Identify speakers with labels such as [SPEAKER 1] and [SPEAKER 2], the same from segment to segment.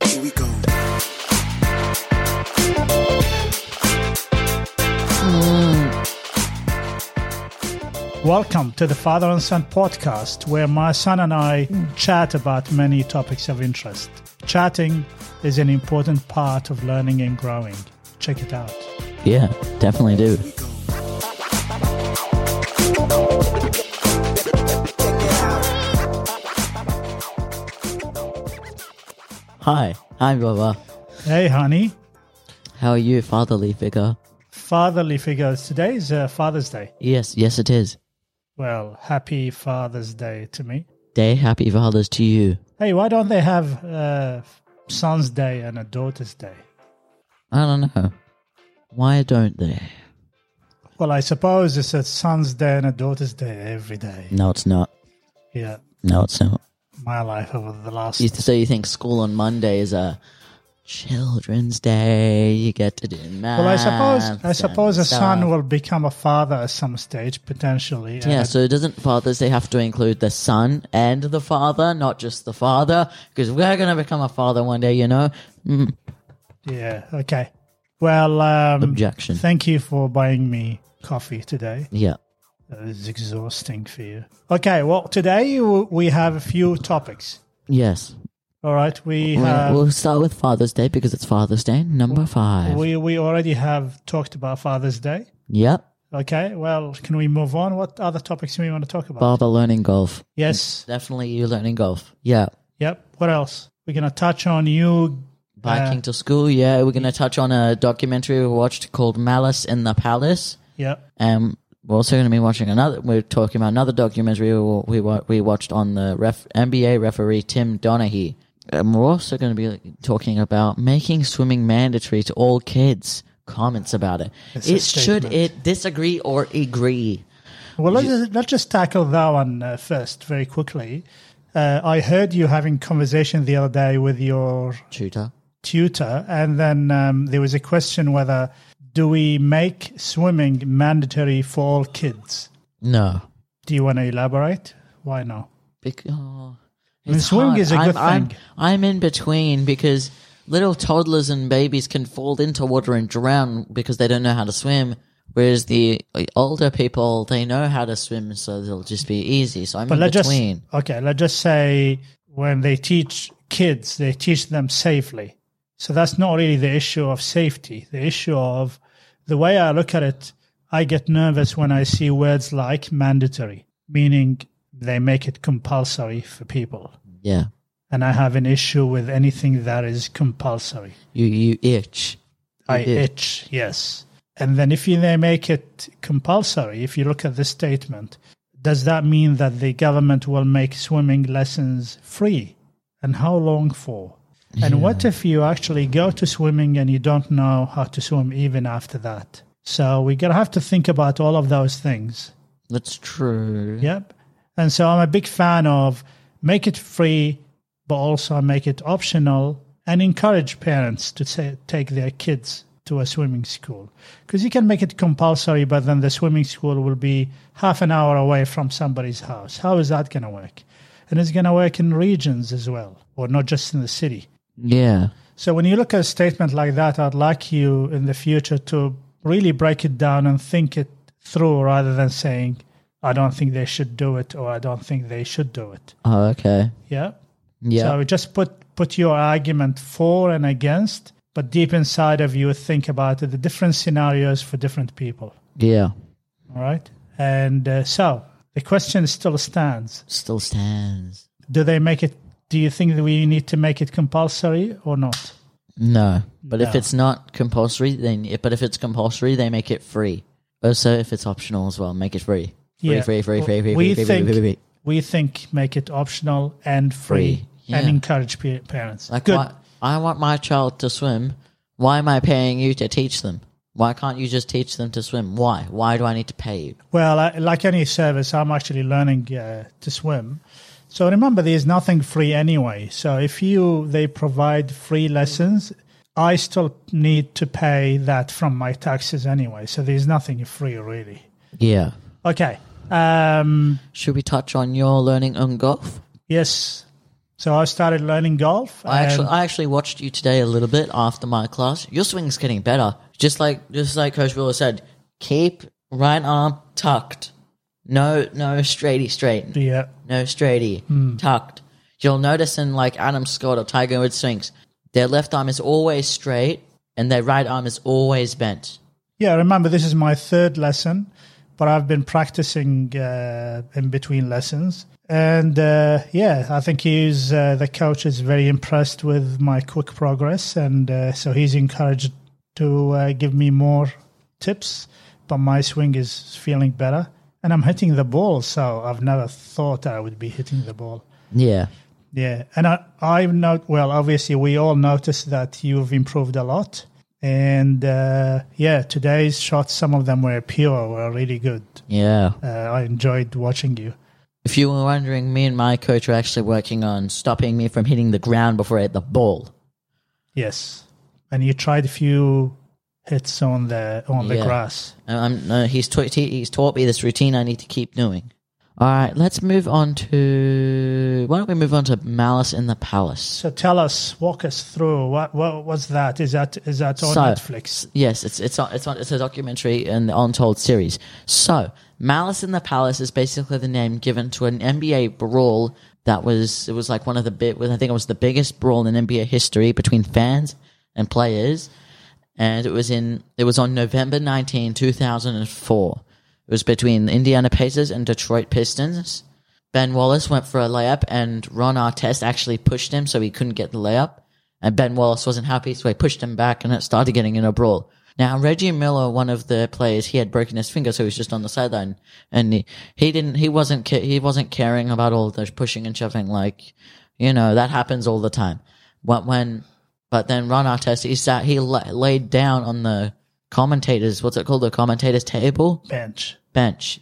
[SPEAKER 1] we go.
[SPEAKER 2] Welcome to the Father and Son podcast, where my son and I chat about many topics of interest. Chatting is an important part of learning and growing. Check it out.
[SPEAKER 3] Yeah, definitely do. Hi, I'm Baba.
[SPEAKER 2] Hey, honey.
[SPEAKER 3] How are you, fatherly figure?
[SPEAKER 2] Fatherly figures. Today is uh, Father's Day.
[SPEAKER 3] Yes, yes, it is.
[SPEAKER 2] Well, happy Father's Day to me.
[SPEAKER 3] Day happy fathers to you.
[SPEAKER 2] Hey, why don't they have uh, Son's Day and a Daughter's Day?
[SPEAKER 3] I don't know. Why don't they?
[SPEAKER 2] Well, I suppose it's a Son's Day and a Daughter's Day every day.
[SPEAKER 3] No, it's not.
[SPEAKER 2] Yeah,
[SPEAKER 3] No, it's not.
[SPEAKER 2] my life over the last.
[SPEAKER 3] You- So you think school on Monday is a children's day? You get to do math.
[SPEAKER 2] Well, I suppose I
[SPEAKER 3] and
[SPEAKER 2] suppose a son
[SPEAKER 3] stuff.
[SPEAKER 2] will become a father at some stage potentially. and
[SPEAKER 3] Yeah, so doesn't Father's Day have to include the son and the father, not just the father? Because we're going to become a father one day, you know?
[SPEAKER 2] Yeah. Okay. Well, um,
[SPEAKER 3] Objection.
[SPEAKER 2] thank you for buying me coffee today.
[SPEAKER 3] Yeah.
[SPEAKER 2] It was exhausting for you. Okay. Well, today w- we have a few topics.
[SPEAKER 3] Yes.
[SPEAKER 2] All right. We
[SPEAKER 3] We'll-
[SPEAKER 2] have.
[SPEAKER 3] we'll start with Father's Day because it's Father's Day, number five.
[SPEAKER 2] We we already have talked about Father's Day.
[SPEAKER 3] yep.
[SPEAKER 2] Okay. Well, can we move on? What other topics do we want to talk about?
[SPEAKER 3] Father learning golf.
[SPEAKER 2] Yes.
[SPEAKER 3] Definitely you learning golf. Yeah.
[SPEAKER 2] Yep. What else? We're gonna touch on you.
[SPEAKER 3] Biking to school. Yeah. We're going to touch on a documentary we watched called Malice in the Palace.
[SPEAKER 2] Yep.
[SPEAKER 3] Um, we're also going to be watching another. We're talking about another documentary we wa- we, wa- we watched on the ref, NBA referee Tim Donaghy. And we're also going to be talking about making swimming mandatory to all kids. Comments about it.
[SPEAKER 2] It's a
[SPEAKER 3] It should
[SPEAKER 2] statement.
[SPEAKER 3] it disagree or agree?
[SPEAKER 2] Well, let's just, let's just tackle that one uh, first, very quickly. Uh, I heard you having conversation the other day with your
[SPEAKER 3] Tutor.
[SPEAKER 2] tutor, and then um, there was a question whether do we make swimming mandatory for all kids?
[SPEAKER 3] No.
[SPEAKER 2] Do you want to elaborate? Why no?
[SPEAKER 3] Because oh,
[SPEAKER 2] mean,
[SPEAKER 3] it's
[SPEAKER 2] swimming
[SPEAKER 3] hard.
[SPEAKER 2] is a
[SPEAKER 3] I'm,
[SPEAKER 2] good
[SPEAKER 3] I'm-
[SPEAKER 2] thing.
[SPEAKER 3] I'm in between because little toddlers and babies can fall into water and drown because they don't know how to swim. Whereas the older people, they know how to swim, so it'll just be easy. So I'm
[SPEAKER 2] But
[SPEAKER 3] in
[SPEAKER 2] let's
[SPEAKER 3] between.
[SPEAKER 2] just okay. Let's just say when they teach kids, they teach them safely. So that's not really the issue of safety. The issue of the way I look at it, I get nervous when I see words like mandatory, meaning they make it compulsory for people.
[SPEAKER 3] yeah,
[SPEAKER 2] And I have an issue with anything that is compulsory.
[SPEAKER 3] you you itch.
[SPEAKER 2] I
[SPEAKER 3] did.
[SPEAKER 2] itch, yes. And then if you they make it compulsory, if you look at this statement, does that mean that the government will make swimming lessons free? And how long for? And what if you actually go to swimming and you don't know how to swim even after that? So we're going to have to think about all of those things.
[SPEAKER 3] That's true.
[SPEAKER 2] Yep. And so I'm a big fan of make it free, but also make it optional and encourage parents to say, take their kids to a swimming school. Because you can make it compulsory, but then the swimming school will be half an hour away from somebody's house. How is that going to work? And it's going to work in regions as well, or not just in the city.
[SPEAKER 3] Yeah.
[SPEAKER 2] So when you look at a statement like that, I'd like you in the future to really break it down and think it through rather than saying, I don't think they should do it or I don't think they should do it.
[SPEAKER 3] Oh, okay.
[SPEAKER 2] Yeah.
[SPEAKER 3] Yeah.
[SPEAKER 2] So just put put your argument for and against, but deep inside of you think about the different scenarios for different people.
[SPEAKER 3] yeah.
[SPEAKER 2] All right. And uh, so the question still stands.
[SPEAKER 3] Still stands.
[SPEAKER 2] Do they make it do you think that we need to make it compulsory or not?
[SPEAKER 3] No. But if
[SPEAKER 2] No.
[SPEAKER 3] it's not compulsory, then but if it's compulsory, they make it free. Also, if it's optional as well, make it free. Free,
[SPEAKER 2] Yeah.
[SPEAKER 3] free, free, free, free,
[SPEAKER 2] we
[SPEAKER 3] free, free,
[SPEAKER 2] think,
[SPEAKER 3] free, free, free.
[SPEAKER 2] We think make it optional and free,
[SPEAKER 3] Free,
[SPEAKER 2] and
[SPEAKER 3] yeah.
[SPEAKER 2] encourage pa- parents.
[SPEAKER 3] Like,
[SPEAKER 2] Good.
[SPEAKER 3] why, I want my child to swim. Why am I paying you to teach them? Why can't you just teach them to swim? Why? Why do I need to pay you?
[SPEAKER 2] Well, I, like any service, I'm actually learning uh, to swim. So remember, there's nothing free anyway. So if you they provide free lessons, I still need to pay that from my taxes anyway. So there's nothing free really.
[SPEAKER 3] Yeah.
[SPEAKER 2] Okay. Um,
[SPEAKER 3] Should we touch on your learning on golf?
[SPEAKER 2] yes. So I started learning golf.
[SPEAKER 3] I actually,
[SPEAKER 2] and-
[SPEAKER 3] I actually watched you today a little bit after my class. Your swing's getting better. Just like, just like Coach Wheeler said, keep right arm tucked. No, no straighty straight.
[SPEAKER 2] yeah,
[SPEAKER 3] No straighty tucked. You'll notice in like Adam Scott or Tiger Woods swings, their left arm is always straight and their right arm is always bent.
[SPEAKER 2] yeah. Remember, this is my third lesson, but I've been practicing uh, in between lessons. And uh, yeah, I think he's uh, the coach is very impressed with my quick progress, and uh, so he's encouraged to uh, give me more tips. But my swing is feeling better, and I'm hitting the ball. So I've never thought I would be hitting the ball.
[SPEAKER 3] Yeah.
[SPEAKER 2] Yeah, and I, I've not. Well, obviously, we all noticed that you've improved a lot, and uh, yeah, today's shots, some of them were pure, were really good.
[SPEAKER 3] Yeah.
[SPEAKER 2] Uh, I enjoyed watching you.
[SPEAKER 3] If you were wondering, me and my coach are actually working on stopping me from hitting the ground before I hit the ball.
[SPEAKER 2] Yes, and you tried a few hits on the on the
[SPEAKER 3] Yeah.
[SPEAKER 2] grass.
[SPEAKER 3] Um, no, he's taught he, he's taught me this routine. I need to keep doing. All right, let's move on to. Why don't we move on to Malice in the Palace?
[SPEAKER 2] So tell us, walk us through what what was that? Is that is that on
[SPEAKER 3] So-
[SPEAKER 2] Netflix?
[SPEAKER 3] Yes, it's it's on- it's on, it's a documentary in the Untold series. So, Malice in the Palace is basically the name given to an NBA brawl that was it was like one of the bit I think it was the biggest brawl in NBA history between fans and players, and it was in it was on November 19, 2004. It was between the Indiana Pacers and Detroit Pistons. Ben Wallace went for a layup, and Ron Artest actually pushed him, so he couldn't get the layup. And Ben Wallace wasn't happy, so he pushed him back, and it started getting in a brawl. Now Reggie Miller, one of the players, he had broken his finger, so he was just on the sideline, and he, he didn't, he wasn't, ca- he wasn't caring about all the pushing and shoving. Like, you know, that happens all the time. When, when but then Ron Artest, he sat, he la- laid down on the commentators, what's it called, the commentators table
[SPEAKER 2] Bench.
[SPEAKER 3] bench,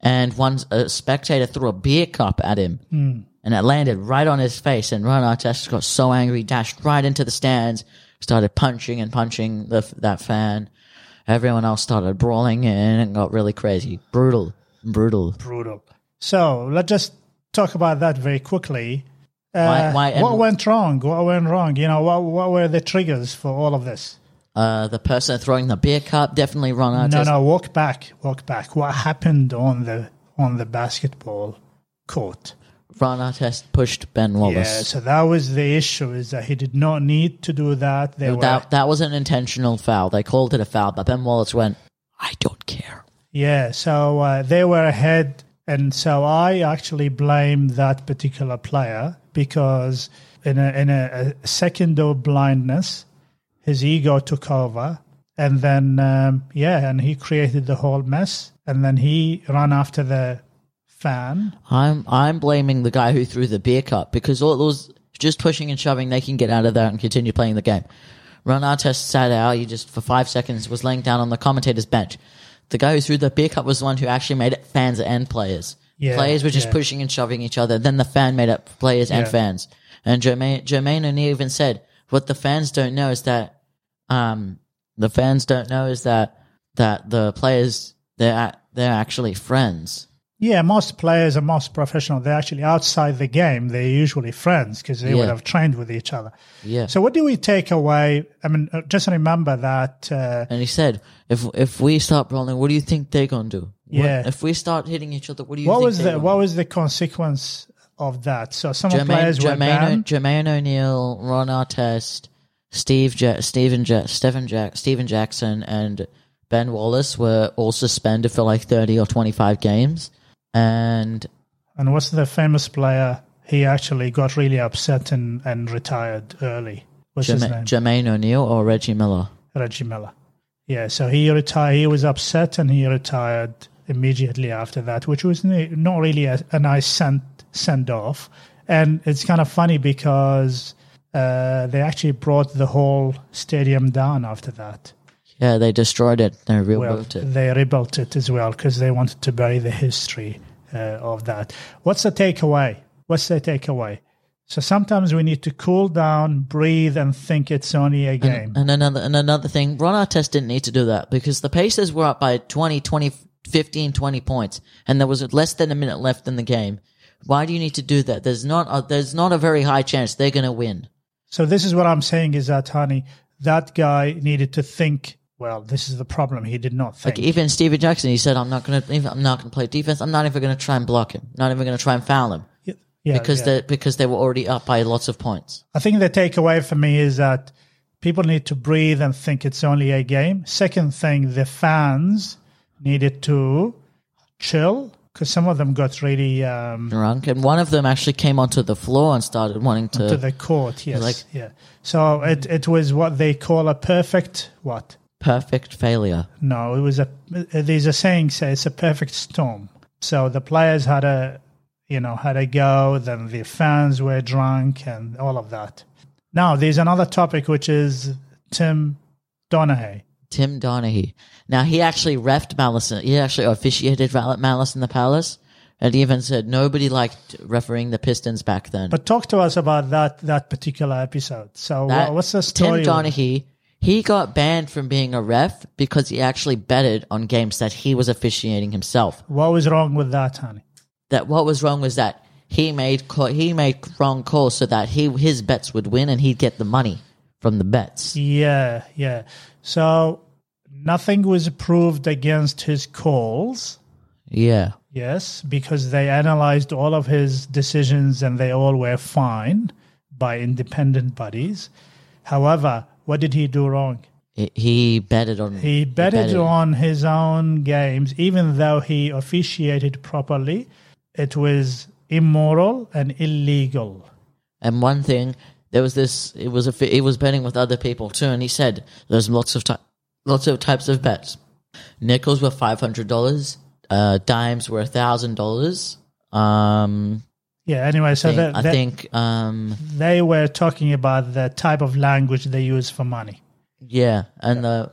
[SPEAKER 3] and one a spectator threw a beer cup at him,
[SPEAKER 2] Hmm.
[SPEAKER 3] and it landed right on his face. And Ron Artest got so angry, dashed right into the stands, started punching and punching the, that fan. Everyone else started brawling in and got really crazy, brutal, brutal.
[SPEAKER 2] brutal. So let's just talk about that very quickly.
[SPEAKER 3] Why-
[SPEAKER 2] Uh,
[SPEAKER 3] why- and-
[SPEAKER 2] what went wrong? What went wrong? You know, what, what were the triggers for all of this?
[SPEAKER 3] Uh, the person throwing the beer cup definitely Ron
[SPEAKER 2] No,
[SPEAKER 3] Artest.
[SPEAKER 2] no, walk back, walk back. What happened on the on the basketball court?
[SPEAKER 3] Ron Artest pushed Ben
[SPEAKER 2] Yeah,
[SPEAKER 3] Wallace.
[SPEAKER 2] so that was the issue: is that he did not need to do that. They were,
[SPEAKER 3] that that was an intentional foul. They called it a foul, but Ben Wallace went, "I don't care."
[SPEAKER 2] yeah, so uh, they were ahead, and so I actually blame that particular player because in a in a, a second of blindness, his ego took over and then um, yeah and he created the whole mess and then he ran after the fan
[SPEAKER 3] I'm I'm blaming the guy who threw the beer cup because all those just pushing and shoving, they can get out of there and continue playing the game. Ron Artest sat out. He just for five seconds was laying down on the commentator's bench. The guy who threw the beer cup was the one who actually made it fans and players.
[SPEAKER 2] Yeah,
[SPEAKER 3] players were just
[SPEAKER 2] yeah.
[SPEAKER 3] pushing and shoving each other. Then the fan made it players and
[SPEAKER 2] Yeah.
[SPEAKER 3] fans. And Jermaine, Jermaine O'Neal even said, "What the fans don't know is that um, the fans don't know is that that the players they're a- they're actually friends."
[SPEAKER 2] yeah most players are most professional they're actually outside the game they're usually friends because they would
[SPEAKER 3] Yeah.
[SPEAKER 2] have trained with each other
[SPEAKER 3] Yeah.
[SPEAKER 2] so what do we take away i mean uh, just remember that uh,
[SPEAKER 3] And he said, "If if we start rolling, what do you think they're gonna do? What-
[SPEAKER 2] Yeah.
[SPEAKER 3] if we start hitting each other, what do you
[SPEAKER 2] what
[SPEAKER 3] think
[SPEAKER 2] was
[SPEAKER 3] they're
[SPEAKER 2] the
[SPEAKER 3] gonna
[SPEAKER 2] what
[SPEAKER 3] do?"
[SPEAKER 2] was the consequence of that so some of
[SPEAKER 3] Jermaine,
[SPEAKER 2] players were
[SPEAKER 3] Jermaine, O-
[SPEAKER 2] banned
[SPEAKER 3] Jermaine O'Neal, Ron Artest, Steve ja- Stephen ja- Stephen Jack Stephen Jackson, and Ben Wallace were all suspended for like thirty or twenty five games, and
[SPEAKER 2] and what's the famous player he actually got really upset and, and retired early what's his name
[SPEAKER 3] Jermaine, Jermaine O'Neal or Reggie Miller."
[SPEAKER 2] Reggie Miller. Yeah, so he retired. He was upset and he retired immediately after that, which was n- not really a, a nice send send off. And it's kind of funny because uh, they actually brought the whole stadium down after that.
[SPEAKER 3] Yeah, they destroyed it. They
[SPEAKER 2] Well,
[SPEAKER 3] rebuilt it.
[SPEAKER 2] they rebuilt it as well because they wanted to bury the history uh, of that. What's the takeaway? What's the takeaway? So sometimes we need to cool down, breathe, and think it's only a game.
[SPEAKER 3] And another and another thing, Ron Artest didn't need to do that because the Pacers were up by 20, 20, 15, 20 points, and there was less than a minute left in the game. Why do you need to do that? There's not a, there's not a very high chance they're going to win.
[SPEAKER 2] So this is what I'm saying is that, honey, that guy needed to think. Well, this is the problem. He did not think.
[SPEAKER 3] Like even Steven Jackson, he said, "I'm not going to I'm not going to play defense. I'm not even going to try and block him. Not even going to try and foul him
[SPEAKER 2] Yeah, yeah,
[SPEAKER 3] because
[SPEAKER 2] Oh, yeah.
[SPEAKER 3] they because they were already up by lots of points.
[SPEAKER 2] I think the takeaway for me is that people need to breathe and think it's only a game. Second thing, the fans needed to chill because some of them got really um,
[SPEAKER 3] Drunk, and one of them actually came onto the floor and started wanting
[SPEAKER 2] to
[SPEAKER 3] to
[SPEAKER 2] the court. Yes,
[SPEAKER 3] Uh, like-
[SPEAKER 2] yeah. So it it was what they call a perfect what?
[SPEAKER 3] perfect failure.
[SPEAKER 2] No, it was a. There's a saying say it's a perfect storm. So the players had a, you know, had a go. Then the fans were drunk and all of that. Now there's another topic which is Tim Donahue.
[SPEAKER 3] Tim Donahue. Now he actually refed Malice. He actually officiated Val- Malice in the Palace, and he even said nobody liked refereeing the Pistons back then.
[SPEAKER 2] But talk to us about that that particular episode. So
[SPEAKER 3] That-
[SPEAKER 2] wha- what's the story?
[SPEAKER 3] Tim Donahue, he got banned from being a ref because he actually betted on games that he was officiating himself.
[SPEAKER 2] What was wrong with that, honey?
[SPEAKER 3] That what was wrong was that he made call, he made wrong calls so that he his bets would win and he'd get the money from the bets.
[SPEAKER 2] Yeah, yeah. So nothing was proved against his calls.
[SPEAKER 3] Yeah.
[SPEAKER 2] Yes, because they analyzed all of his decisions and they all were fine by independent bodies. However, what did he do wrong?
[SPEAKER 3] He- He betted on
[SPEAKER 2] He betted on his own games, even though he officiated properly. It was immoral and illegal.
[SPEAKER 3] And one thing, there was this. It was a. It was betting with other people too, and he said there's lots of ty- lots of types of bets. Nickels were five hundred dollars. Uh, dimes were thousand dollars. Um,
[SPEAKER 2] Yeah, anyway, so
[SPEAKER 3] think-
[SPEAKER 2] that,
[SPEAKER 3] I
[SPEAKER 2] that-
[SPEAKER 3] think. Um,
[SPEAKER 2] they were talking about the type of language they use for money.
[SPEAKER 3] yeah, and the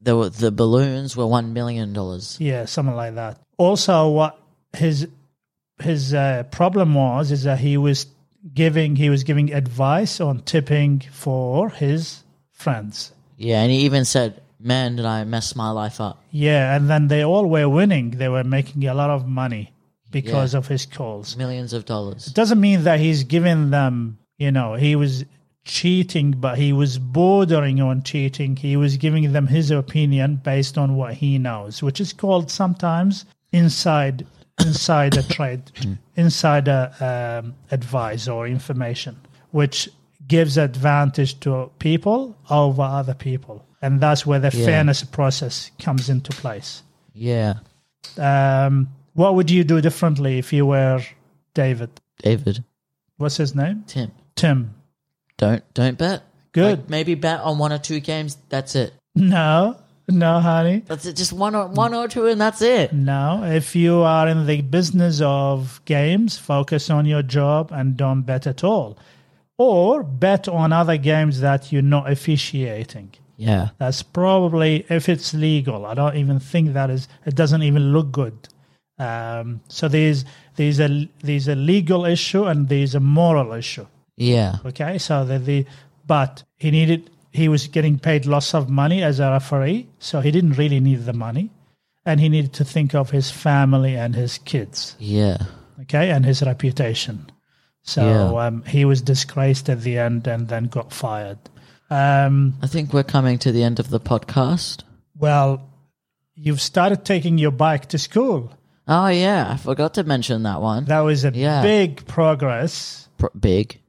[SPEAKER 3] the the balloons were one million dollars.
[SPEAKER 2] Yeah, something like that. Also, what his his uh, problem was is that he was giving he was giving advice on tipping for his friends.
[SPEAKER 3] Yeah, and he even said, "Man, did I mess my life up?"
[SPEAKER 2] Yeah, and then they all were winning. They were making a lot of money because of his calls.
[SPEAKER 3] Millions of dollars.
[SPEAKER 2] Doesn't mean that he's giving them. You know, he was cheating, but he was bordering on cheating. He was giving them his opinion based on what he knows, which is called sometimes inside insider trade, insider um, advice or information, which gives advantage to people over other people, and that's where the
[SPEAKER 3] Yeah.
[SPEAKER 2] fairness process comes into place.
[SPEAKER 3] Yeah,
[SPEAKER 2] Um, what would you do differently if you were David?
[SPEAKER 3] David,
[SPEAKER 2] What's his name?
[SPEAKER 3] Tim,
[SPEAKER 2] Tim.
[SPEAKER 3] don't don't bet.
[SPEAKER 2] Good.
[SPEAKER 3] Like, maybe bet on one or two games. That's it.
[SPEAKER 2] No, no, honey.
[SPEAKER 3] That's it. Just one or one or two, and that's it.
[SPEAKER 2] No, if you are in the business of games, focus on your job and don't bet at all. Or bet on other games that you're not officiating.
[SPEAKER 3] Yeah.
[SPEAKER 2] That's probably, if it's legal, I don't even think that is, it doesn't even look good. Um, so there's, there's, a, there's a legal issue and there's a moral issue.
[SPEAKER 3] Yeah.
[SPEAKER 2] Okay, so the, the but he needed he was getting paid lots of money as a referee, so he didn't really need the money, and he needed to think of his family and his kids,
[SPEAKER 3] Yeah.
[SPEAKER 2] okay, and his reputation. So
[SPEAKER 3] Yeah.
[SPEAKER 2] um, he was disgraced at the end and then got fired. Um,
[SPEAKER 3] I think we're coming to the end of the podcast.
[SPEAKER 2] well, you've started taking your bike to school.
[SPEAKER 3] Oh yeah, I forgot to mention that one.
[SPEAKER 2] That was a
[SPEAKER 3] Yeah.
[SPEAKER 2] big progress,
[SPEAKER 3] Pro- big.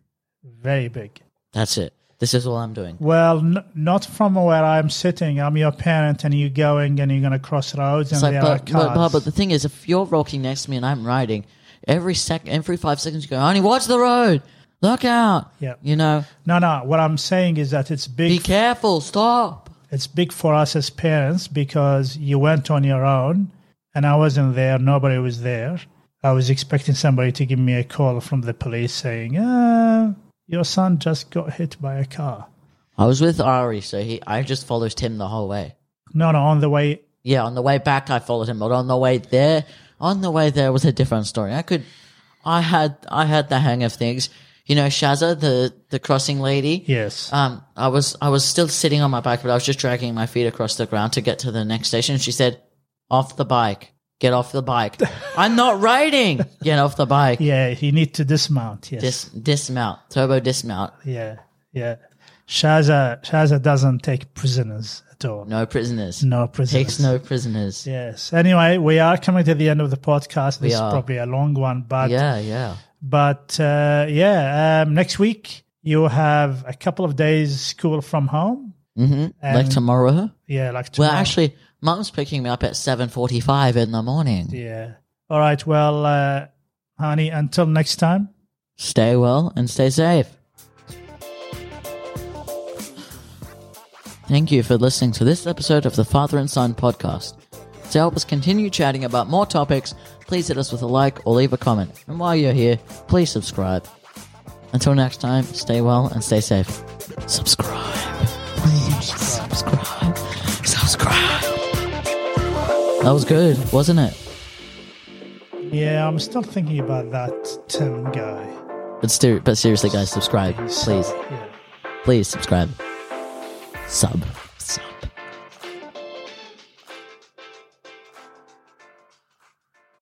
[SPEAKER 2] very big.
[SPEAKER 3] That's it. This is all I'm doing.
[SPEAKER 2] Well, n- not from where I'm sitting. I'm your parent, and you're going, and you're going to cross roads, and
[SPEAKER 3] It's like,
[SPEAKER 2] there
[SPEAKER 3] but,
[SPEAKER 2] are
[SPEAKER 3] but,
[SPEAKER 2] cars.
[SPEAKER 3] but, but the thing is, if you're walking next to me and I'm riding, every sec, every five seconds you go, honey, watch the road. Look out.
[SPEAKER 2] Yeah.
[SPEAKER 3] You know,
[SPEAKER 2] no, no. What I'm saying is that it's
[SPEAKER 3] be
[SPEAKER 2] big.
[SPEAKER 3] careful. Stop.
[SPEAKER 2] it's big for us as parents because you went on your own, and I wasn't there. Nobody was there. I was expecting somebody to give me a call from the police saying, uh, "Your son just got hit by a car."
[SPEAKER 3] I was with Ari, so he, I just followed him the whole way.
[SPEAKER 2] No, no. On the way,
[SPEAKER 3] Yeah, on the way back I followed him, but on the way there, on the way there was a different story. I could, I had, I had the hang of things. You know, Shazza, the the crossing lady.
[SPEAKER 2] yes.
[SPEAKER 3] Um, I was I was still sitting on my bike, but I was just dragging my feet across the ground to get to the next station. She said, "Off the bike," Get off the bike. I'm not riding. Get off the bike.
[SPEAKER 2] Yeah, you need to dismount. Yes.
[SPEAKER 3] Dis- dismount. Turbo dismount.
[SPEAKER 2] yeah. Yeah. Shaza Shaza doesn't take prisoners at all.
[SPEAKER 3] No prisoners.
[SPEAKER 2] No prisoners.
[SPEAKER 3] Takes no prisoners.
[SPEAKER 2] Yes. Anyway, we are coming to the end of the podcast. This is
[SPEAKER 3] are.
[SPEAKER 2] probably a long one, but
[SPEAKER 3] Yeah, yeah.
[SPEAKER 2] but uh, yeah, um, next week you have a couple of days school from home.
[SPEAKER 3] Mm-hmm. Like tomorrow.
[SPEAKER 2] Yeah, like
[SPEAKER 3] Well,
[SPEAKER 2] tomorrow.
[SPEAKER 3] actually, mum's picking me up at 7.45 in the morning.
[SPEAKER 2] yeah. All right. Well, uh, honey, until next time.
[SPEAKER 3] Stay well and stay safe. Thank you for listening to this episode of the Father and Son podcast. To help us continue chatting about more topics, please hit us with a like or leave a comment. And while you're here, please subscribe. Until next time, stay well and stay safe. Subscribe. Please subscribe. Subscribe. That was good, wasn't it?
[SPEAKER 2] Yeah, I'm still thinking about that Tim guy.
[SPEAKER 3] But, ser- but seriously, guys, subscribe. Please.
[SPEAKER 2] Yeah.
[SPEAKER 3] please subscribe. Sub. Sub.